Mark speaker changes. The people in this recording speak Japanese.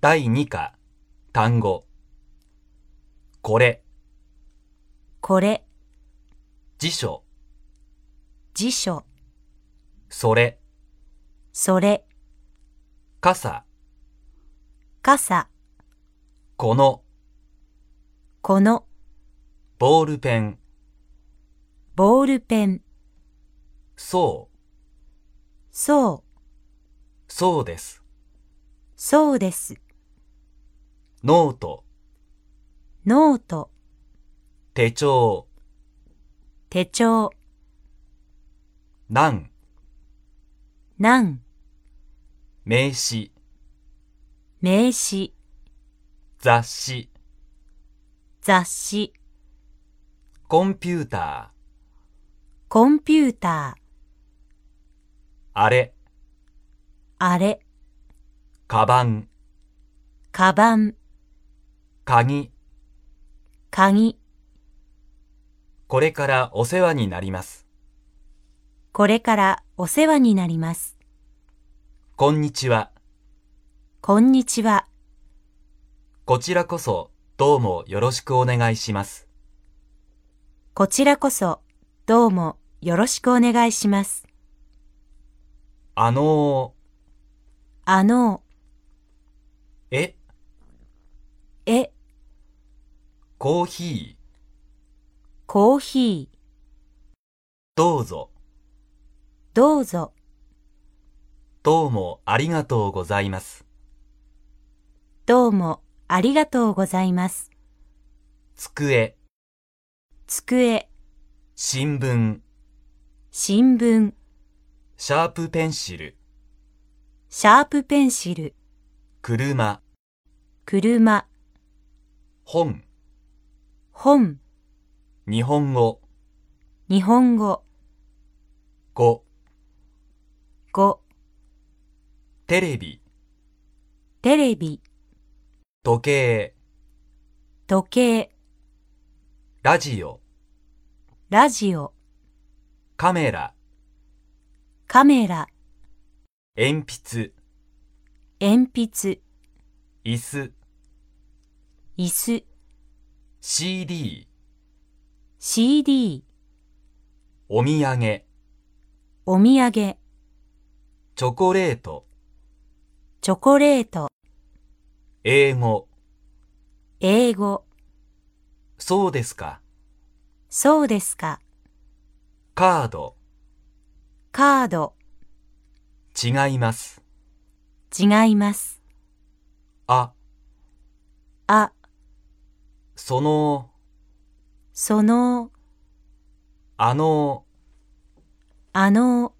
Speaker 1: 第2課、単語。これ、
Speaker 2: これ、
Speaker 1: 辞書、
Speaker 2: 辞書、
Speaker 1: それ、
Speaker 2: それ、
Speaker 1: 傘、
Speaker 2: 傘、
Speaker 1: この、
Speaker 2: この、
Speaker 1: ボールペン、
Speaker 2: ボールペン、
Speaker 1: そう、
Speaker 2: そう、
Speaker 1: そうです。
Speaker 2: そうです、
Speaker 1: ノート、
Speaker 2: ノート、
Speaker 1: 手帳、
Speaker 2: 手帳、
Speaker 1: 欄、
Speaker 2: なん、
Speaker 1: 名詞、
Speaker 2: 名詞、
Speaker 1: 雑誌、
Speaker 2: 雑誌、
Speaker 1: コンピュータ
Speaker 2: コンピューター、
Speaker 1: ー、あれ、
Speaker 2: あれ、
Speaker 1: カバン、
Speaker 2: カバン、
Speaker 1: 鍵、
Speaker 2: 鍵、
Speaker 1: これからお世話になります。
Speaker 2: これからお世話になります。
Speaker 1: こんにちは。
Speaker 2: こんにちは。
Speaker 1: こちらこそ、どうもよろしくお願いします。
Speaker 2: こちらこそ、どうもよろしくお願いします。
Speaker 1: あの
Speaker 2: あの、
Speaker 1: ー、え、
Speaker 2: え、
Speaker 1: コーヒー、
Speaker 2: コーヒー、
Speaker 1: どうぞ。
Speaker 2: どうぞ、
Speaker 1: どうもありがとうございます。
Speaker 2: どうもありがとうございます。
Speaker 1: 机、
Speaker 2: 机、
Speaker 1: 新聞、
Speaker 2: 新聞、
Speaker 1: シャープペンシル、
Speaker 2: シャープペンシル、
Speaker 1: 車、
Speaker 2: 車、
Speaker 1: 本、
Speaker 2: 本、
Speaker 1: 日本語、
Speaker 2: 日本語、
Speaker 1: 語、
Speaker 2: 語、
Speaker 1: テレビ、
Speaker 2: テレビ、
Speaker 1: 時計、
Speaker 2: 時計、
Speaker 1: ラジオ、
Speaker 2: ラジオ、
Speaker 1: カメラ、
Speaker 2: カメラ、
Speaker 1: 鉛筆、
Speaker 2: 鉛筆、
Speaker 1: 椅子、
Speaker 2: 椅子、
Speaker 1: CD、
Speaker 2: CD、
Speaker 1: お土産、
Speaker 2: お土産、チ
Speaker 1: チョコレート、
Speaker 2: ョコレート、
Speaker 1: 英語、
Speaker 2: 英語、
Speaker 1: そうですか、
Speaker 2: そうですか、
Speaker 1: カード、
Speaker 2: カード、
Speaker 1: 違います、
Speaker 2: 違います、
Speaker 1: あ、
Speaker 2: あ、
Speaker 1: その、
Speaker 2: その、
Speaker 1: あの、
Speaker 2: あの、